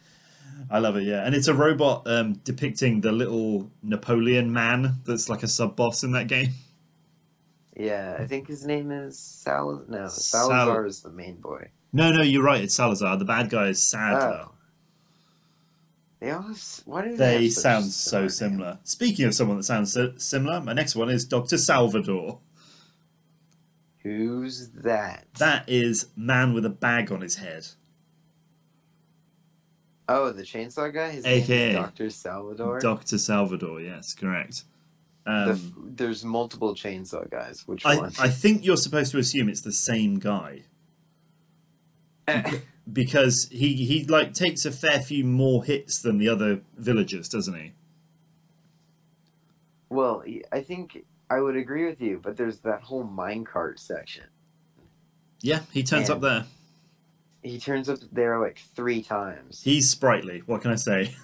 I love it, yeah. And it's a robot um, depicting the little Napoleon man that's like a sub boss in that game. Yeah, I think his name is Sal. No, Sal- Salazar is the main boy. No, no, you're right. It's Salazar. The bad guy is Sadler. Oh. They all. s- Why do they? they have such sound so names? similar. Speaking of someone that sounds so similar, my next one is Dr. Salvador. Who's that? That is man with a bag on his head. Oh, the chainsaw guy. His AKA. name is Doctor Salvador. Dr. Salvador, yes, correct. The Um, f- there's multiple chainsaw guys. Which I, one? I think you're supposed to assume it's the same guy Eh. because he he like takes a fair few more hits than the other villagers, doesn't he? Well, y- I think I would agree with you, but there's that whole minecart section. Yeah, he turns Yeah. up there. He turns up there like three times. He's sprightly. What can I say?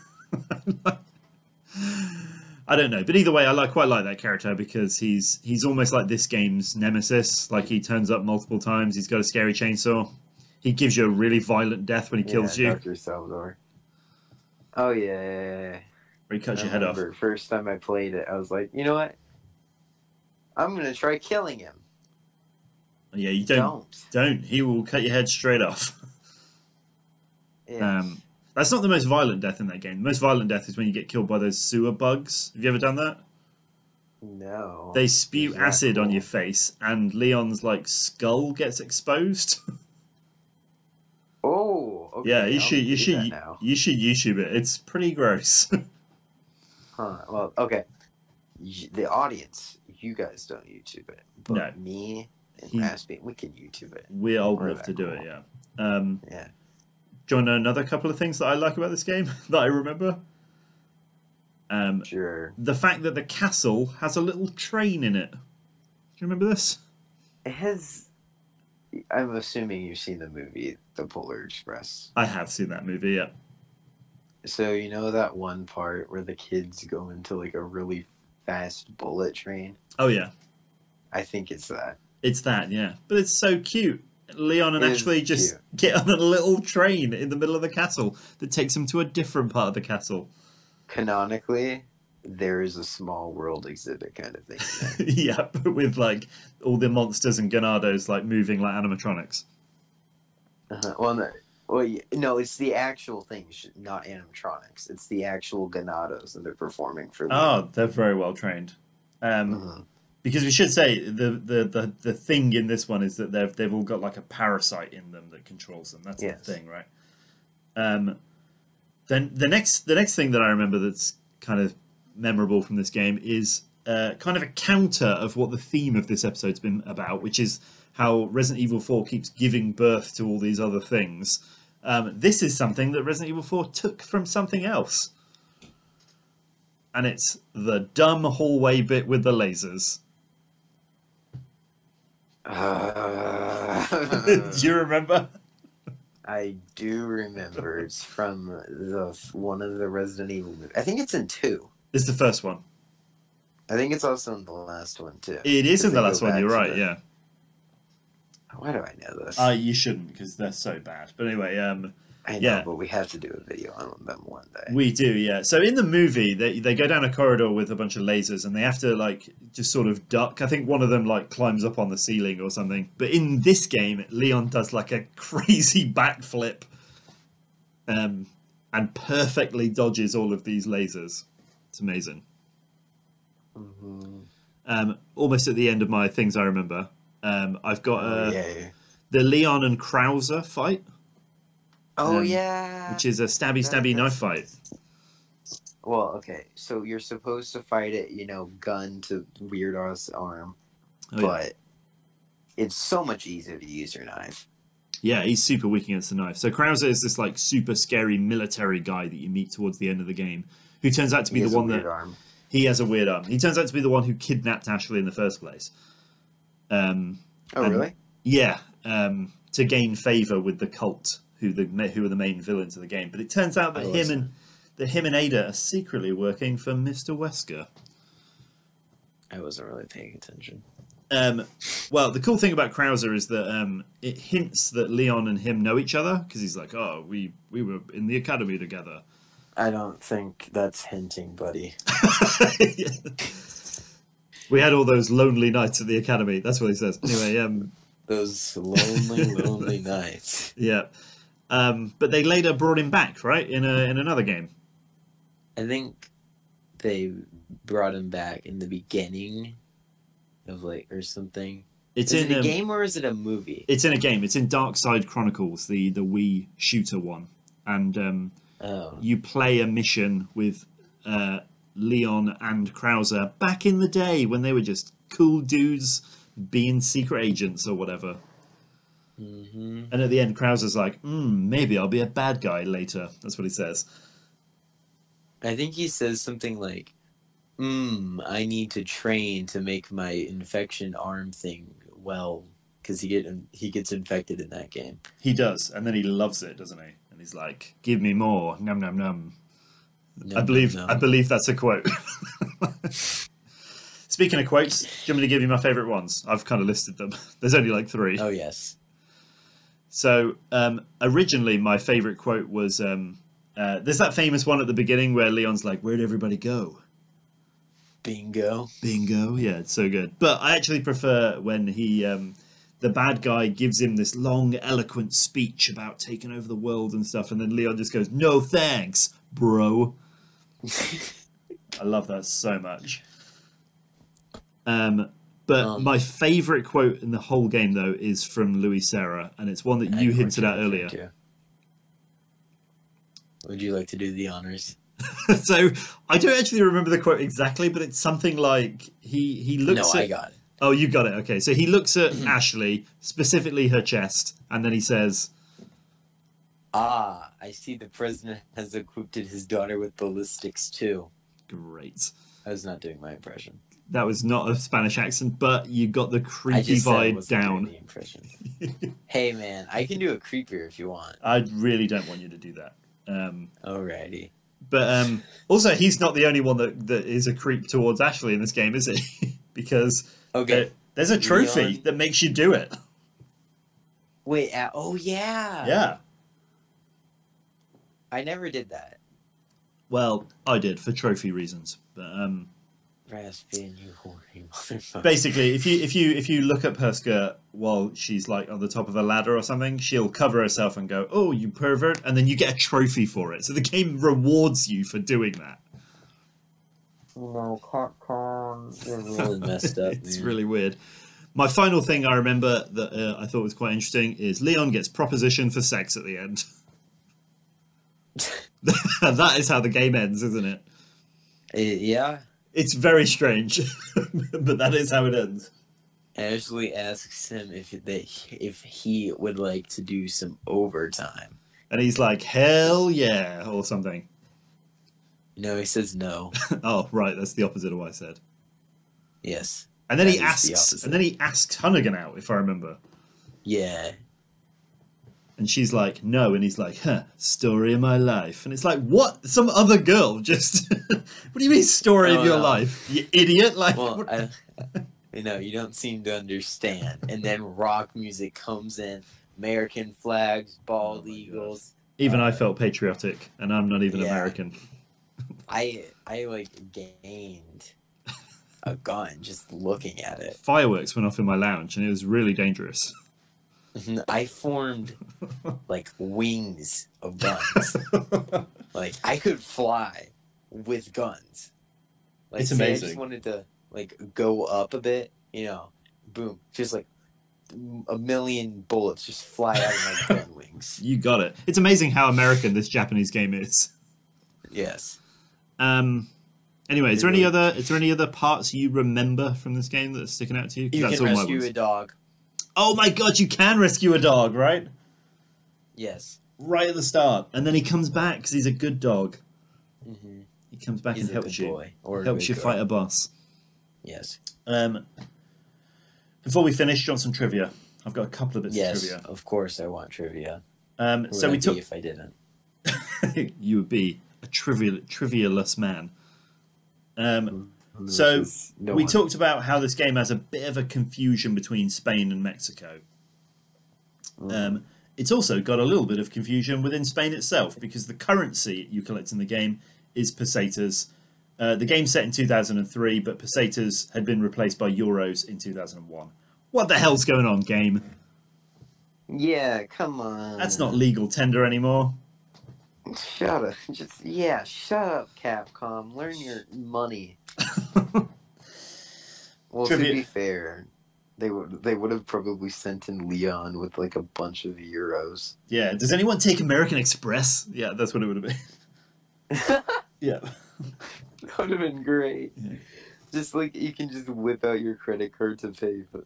I don't know, but either way, I like, quite like that character because he's he's almost like this game's nemesis. Like he turns up multiple times. He's got a scary chainsaw. He gives you a really violent death when he kills you, Doctor Salvador. Oh yeah, yeah, yeah, yeah. where he cuts I your head off. remember First time I played it, I was like, you know what? I'm gonna try killing him. Yeah, you don't don't. He will cut your head straight off. Yeah. Um, That's not the most violent death in that game. The most violent death is when you get killed by those sewer bugs. Have you ever done that? no. They spew Is that acid on cool? your face, and Leon's like skull gets exposed. Oh. Okay, yeah, you I'll should you do should that you, now. should YouTube it. It's pretty gross. Huh. Well, okay. Y- The audience, you guys don't YouTube it, but No. Hmm. me and He- Raspy, we can YouTube it. We're old Or enough to that do cool. it. Yeah. Um, Yeah. do you want to know another couple of things that I like about this game that I remember? Um, Sure. the fact that the castle has a little train in it. Do you remember this? It has. I'm assuming you've seen the movie The Polar Express. I have seen that movie. Yeah. So you know that one part where the kids go into like a really fast bullet train. Oh yeah. I think it's that. It's that, yeah. But it's so cute. Leon and It is Ashley just get on a little train in the middle of the castle that takes them to a different part of the castle. Canonically, there is a small world exhibit kind of thing. in there. yeah, but with like all the monsters and Ganados like moving like animatronics. uh-huh. Well, no, well, y- no, it's the actual thing, sh- not animatronics. It's the actual ganados that they're performing for. them. Oh, they're very well trained. Um, Mhm. because we should say the, the, the, the thing in this one is that they've they've all got like a parasite in them that controls them. That's Yes. the thing, right? Um, then the next the next thing that I remember that's kind of memorable from this game is uh, kind of a counter of what the theme of this episode's been about, which is how Resident Evil 4 keeps giving birth to all these other things. Um, this is something that Resident Evil 4 took from something else. And it's the dumb hallway bit with the lasers. Uh, Do you remember? I do remember it's from the one of the Resident Evil. movies. I think it's in two. This is the first one. I think it's also in the last one too. It is Because in the they last go one. back You're to right. the- Yeah. Why do I know this? Uh, you shouldn't because they're so bad. But anyway, um, I know, yeah. but we have to do a video on them one day. we do. Yeah. So in the movie, they they go down a corridor with a bunch of lasers, and they have to like just sort of duck. I think one of them like climbs up on the ceiling or something. But in this game, Leon does like a crazy backflip, um, and perfectly dodges all of these lasers. It's amazing. Mhm. Mm-hmm. Um, almost at the end of my things I remember, um, I've got a. Yay. the Leon and Krauser fight, Oh Um, yeah. which is a stabby That- stabby knife that's- fight. Well, okay. So you're supposed to fight it, you know, gun to Weird Al's arm, Oh, yeah. but it's so much easier to use your knife. yeah, he's super weak against the knife. So Krauser is this like super scary military guy that you meet towards the end of the game, who turns out to be He the has a one that weird arm. he has a weird arm. He turns out to be the one who kidnapped Ashley in the first place. Um, Oh and- really? yeah, um, to gain favor with the cult, who the ma- who are the main villains of the game. But it turns out that Oh, I him see. and that him and Ada are secretly working for Mister Wesker. I wasn't really paying attention. Um, well, the cool thing about Krauser is that um, it hints that Leon and him know each other because he's like, "Oh, we we were in the academy together." I don't think that's hinting, buddy. we had all those lonely nights at the academy. That's what he says. Anyway, um, Those lonely, lonely nights. yeah. Um, but they later brought him back, right? In a in another game. I think they brought him back in the beginning of like or something. It's is in it a um, game or is it a movie? It's in a game. It's in Dark Side Chronicles, the the Wii shooter one, and um, oh, you play a mission with uh, Leon and Krauser back in the day when they were just cool dudes being secret agents or whatever. hmm And at the end, Krauser's like, mm, "Maybe I'll be a bad guy later." That's what he says. I think he says something like, "Hmm, I need to train to make my infection arm thing well." Because he get he gets infected in that game. He does, and then he loves it, doesn't he? And he's like, "Give me more, num num num." No, I believe no, no. I believe that's a quote. Speaking of quotes, do you want me to give you my favourite ones? I've kind of listed them. There's only like three. Oh yes. So um, originally, my favourite quote was um, uh, there's that famous one at the beginning where Leon's like, "Where'd everybody go?" Bingo. Bingo. Yeah, it's so good. But I actually prefer when he, um, the bad guy, gives him this long, eloquent speech about taking over the world and stuff, and then Leon just goes, "No thanks, bro." I love that so much. Um, but Um, my favorite quote in the whole game, though, is from Louis Serra, and it's one that you hinted at earlier. Too. Would you like to do the honors? so I don't actually remember the quote exactly, but it's something like he he looks no, at I got it. oh you got it okay. So he looks at Ashley specifically her chest, and then he says Ah, I see. The president has equipped his daughter with ballistics too. "Great." I was not doing my impression. That was not a Spanish accent, but you got the I creepy just said I vibe wasn't doing down. the impression. hey man, I can do a creepier if you want. I really don't want you to do that. Um, Alrighty. But um, also, he's not the only one that, that is a creep towards Ashley in this game, is he? because Okay. there- there's a trophy Leon. that makes you do it. Wait. Uh, oh yeah. yeah. I never did that. Well, I did for trophy reasons. But um, Raspin, you horny motherfucker. basically, if you if you if you look up her skirt while she's like on the top of a ladder or something, she'll cover herself and go, "Oh, you pervert!" and then you get a trophy for it. So the game rewards you for doing that. No, popcorn. You're really messed up. it's man. really weird. My final thing I remember that uh, I thought was quite interesting is Leon gets proposition for sex at the end. that is how the game ends, isn't it? Uh, yeah. It's very strange, but that is how it ends. Ashley asks him if they if he would like to do some overtime. And he's like, "Hell yeah," or something. No, he says no. oh, right, that's the opposite of what I said. yes. And then That he is the asks, opposite. and then he asks Hunnigan out, if I remember. Yeah. And she's like, no. And he's like, huh, story of my life. And it's like, what? Some other girl just. what do you mean, story Oh, of your no. life? You idiot. Like, Well, what- I, you know, you don't seem to understand. And then rock music comes in. American flags, bald Oh my eagles. even I felt patriotic, and I'm not even Yeah. American. I I like gained a gun just looking at it. Fireworks went off in my lounge, and it was really dangerous. I formed like wings of guns. like I could fly with guns. Like It's say I just amazing. wanted to like go up a bit, you know, boom, just like a million bullets just fly out of my gun wings. You got it. It's amazing how American this Japanese game is. Yes. Um, anyway, is It there any really- other is there any other parts you remember from this game that are sticking out to you? 'Cause You that's can all my rescue ones. a dog. Oh my god, you can rescue a dog, right? Yes. Right at the start, and then he comes back because he's a good dog. Mm-hmm. He comes back He's and a helps good you. boy. Or a helps good you girl. fight a boss. Yes. Um, before we finish, Johnson trivia. I've got a couple of bits yes. of trivia. Of course, I want trivia. Um, Who so would we I be took. if I didn't. you would be a trivial, trivialless man. Um, This So, is no we one. talked about how this game has a bit of a confusion between Spain and Mexico. Mm. Um, it's also got a little bit of confusion within Spain itself because the currency you collect in the game is pesetas. Uh, the game's set in 2003, but pesetas had been replaced by euros in 2001. What the hell's going on, game? Yeah, come on. That's not legal tender anymore. Shut up. Just yeah, shut up, Capcom. Learn your money. well, Trivia. to be fair, they would they would have probably sent in Leon with like a bunch of euros. Yeah, does anyone take American Express? Yeah, that's what it would have been. yeah. That would have been great. Yeah. Just like you can just whip out your credit card to pay for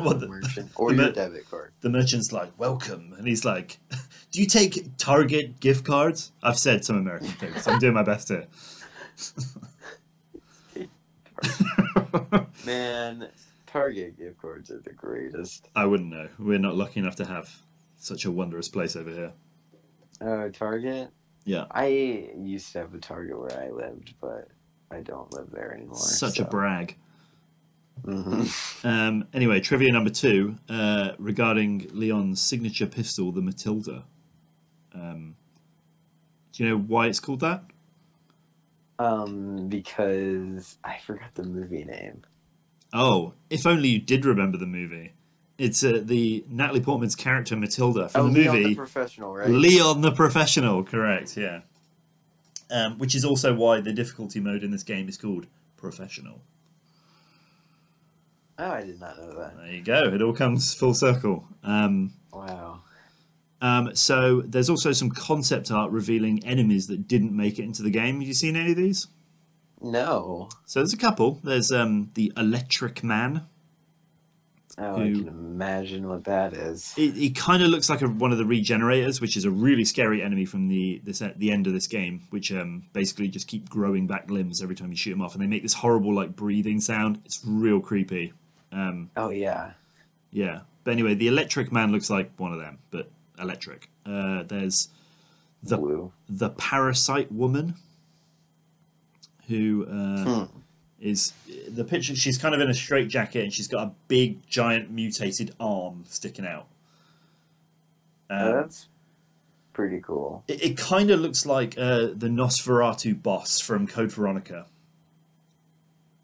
What the the- merchant or the your mer- debit card. the merchant's like, welcome. And he's like, do you take Target gift cards? I've said some American things. I'm doing my best here. Man, Target gift cards are the greatest. I wouldn't know. We're not lucky enough to have such a wondrous place over here. Oh, Target. Yeah. I used to have a Target where I lived, but I don't live there anymore. Such so. a brag. hmm Um, anyway, trivia number two uh, regarding Leon's signature pistol, the Matilda. Um, do you know why it's called that? Um, because I forgot the movie name. Oh, if only you did remember the movie. It's uh, the Natalie Portman's character Matilda from oh, the Leon movie. the Professional, right? Leon the Professional, correct, yeah. Um, which is also why the difficulty mode in this game is called Professional. oh, I did not know that. There you go, it all comes full circle. Um, Wow. um, so there's also some concept art revealing enemies that didn't make it into the game. Have you seen any of these? No. So there's a couple. There's um, the Electric Man. Oh, I Who- can imagine what that is. It, it kind of looks like a, one of the Regenerators, which is a really scary enemy from the this, uh, the end of this game, which um, basically just keep growing back limbs every time you shoot them off, and they make this horrible like breathing sound. It's real creepy. Um, Oh yeah. yeah, but anyway, the Electric Man looks like one of them, but electric. Uh, there's The- Blue. the Parasite Woman, who uh, Hmm. is the picture. She's kind of in a straight jacket, and she's got a big, giant, mutated arm sticking out. Oh, Um, that's pretty cool. It, it kind of looks like uh, the Nosferatu boss from Code Veronica.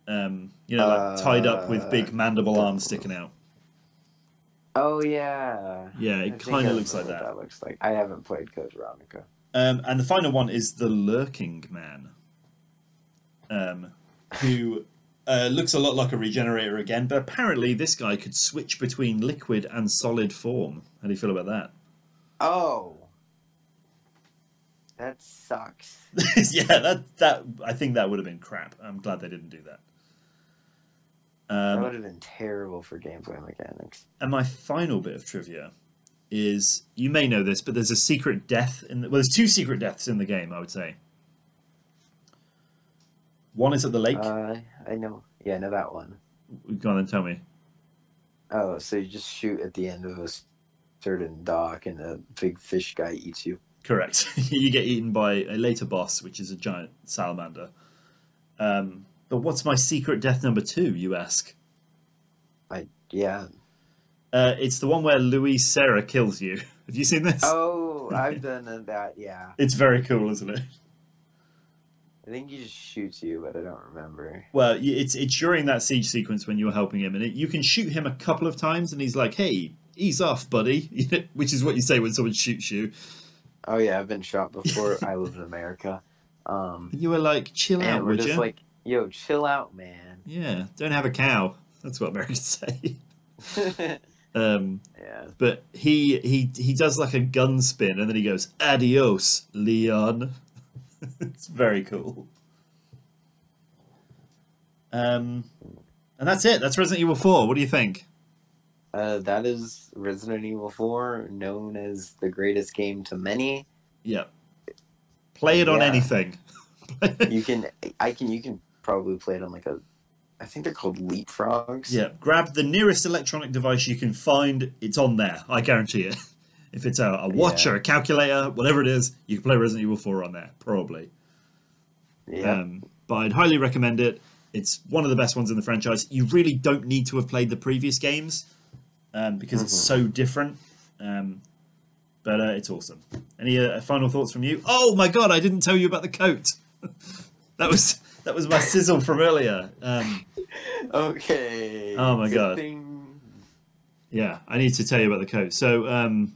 Um, you know, like tied up with big mandible arms sticking out. Oh yeah. Yeah, I it think kind I of looks like remember that. what That looks like. I haven't played Code Veronica. Um, and the final one is the Lurking Man, um, who uh, looks a lot like a regenerator again, but apparently this guy could switch between liquid and solid form. How do you feel about that? Oh. That sucks. yeah, that that I think that would have been crap. I'm glad they didn't do that. that Um, would have been terrible for gameplay mechanics. And my final bit of trivia is you may know this, but there's a secret death in the, well, there's two secret deaths in the game. I would say one is at the lake. Uh, I know. Yeah, I know that one. Go on and tell me. Oh, so you just shoot at the end of a s- certain dock and a big fish guy eats you. Correct. you get eaten by a later boss, which is a giant salamander. Um, but what's my secret death number two? You ask. Yeah. Uh, it's the one where Louis Sarah kills you. Have you seen this? Oh, I've done that. Yeah. It's very cool, isn't it? I think he just shoots you, but I don't remember. Well, y- it's it's during that siege sequence when you're helping him, and it, you can shoot him a couple of times, and he's like, "Hey, ease off, buddy," you know, which is what you say when someone shoots you. Oh yeah, I've been shot before. I live in America. Um, And you were like, "Chill out, and we're would just you?" like, yo, chill out, man. yeah, don't have a cow. That's what Americans say. Um, Yeah. but he he he does like a gun spin and then he goes adios leon it's very cool um and that's it that's resident evil 4 what do you think Uh, that is Resident Evil 4, known as the greatest game to many. yeah play it on Yeah. anything You can, I can, you can probably play it on like a, I think they're called leapfrogs. yeah grab the nearest electronic device you can find it's on there i guarantee it if it's a, a watch Yeah. or a calculator whatever it is you can play resident evil 4 on there probably Yeah. Um, but I'd highly recommend it. It's one of the best ones in the franchise. You really don't need to have played the previous games um, because it's Mhm. so different. Um, but uh, it's awesome. Any uh, final thoughts from you? Oh my god, I didn't tell you about the coat. that was that was my sizzle from earlier. Um, Okay. Oh my Good God. thing- yeah, I need to tell you about the coat. So um,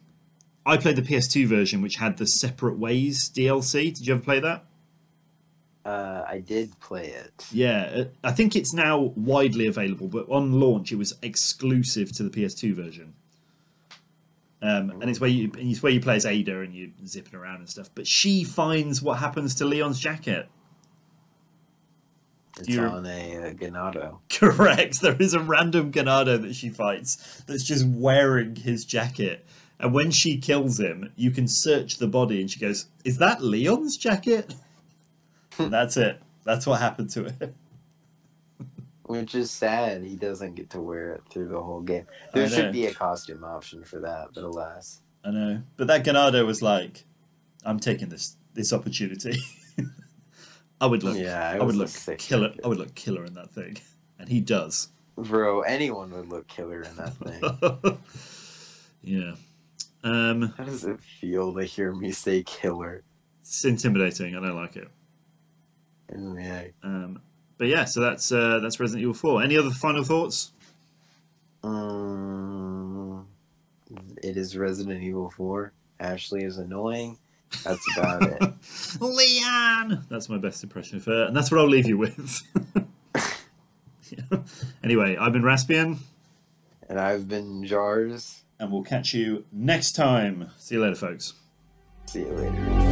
I played the PS2 version, which had the Separate Ways DLC. Did you ever play that? Uh, I did play it. Yeah, uh, I think it's now widely available, but on launch it was exclusive to the PS2 version. Um, and it's where you and it's where you play as Ada and you zipping around and stuff. But she finds what happens to Leon's jacket. It's You're- on a uh, Ganado. Correct. There is a random Ganado that she fights that's just wearing his jacket. And when she kills him, you can search the body and she goes, Is that Leon's jacket? And that's it. That's what happened to it. Which is sad. He doesn't get to wear it through the whole game. I There know. should be a costume option for that, but alas. I know, but that Ganado was like, "I'm taking this this opportunity." I would look, yeah, I it would was a look sick killer. jacket. I would look killer in that thing, and he does. Bro, anyone would look killer in that thing. yeah, um, How does it feel to hear me say killer? it's intimidating. I don't like it. And yeah, Um, but yeah, so that's uh, that's Resident Evil Four. Any other final thoughts? um, it is Resident Evil 4. Ashley is annoying. That's about it. Leon. That's my best impression of her, and that's what I'll leave you with. Yeah. Anyway, I've been Raspian, And I've been Jars. and we'll catch you next time. See you later, folks. See you later.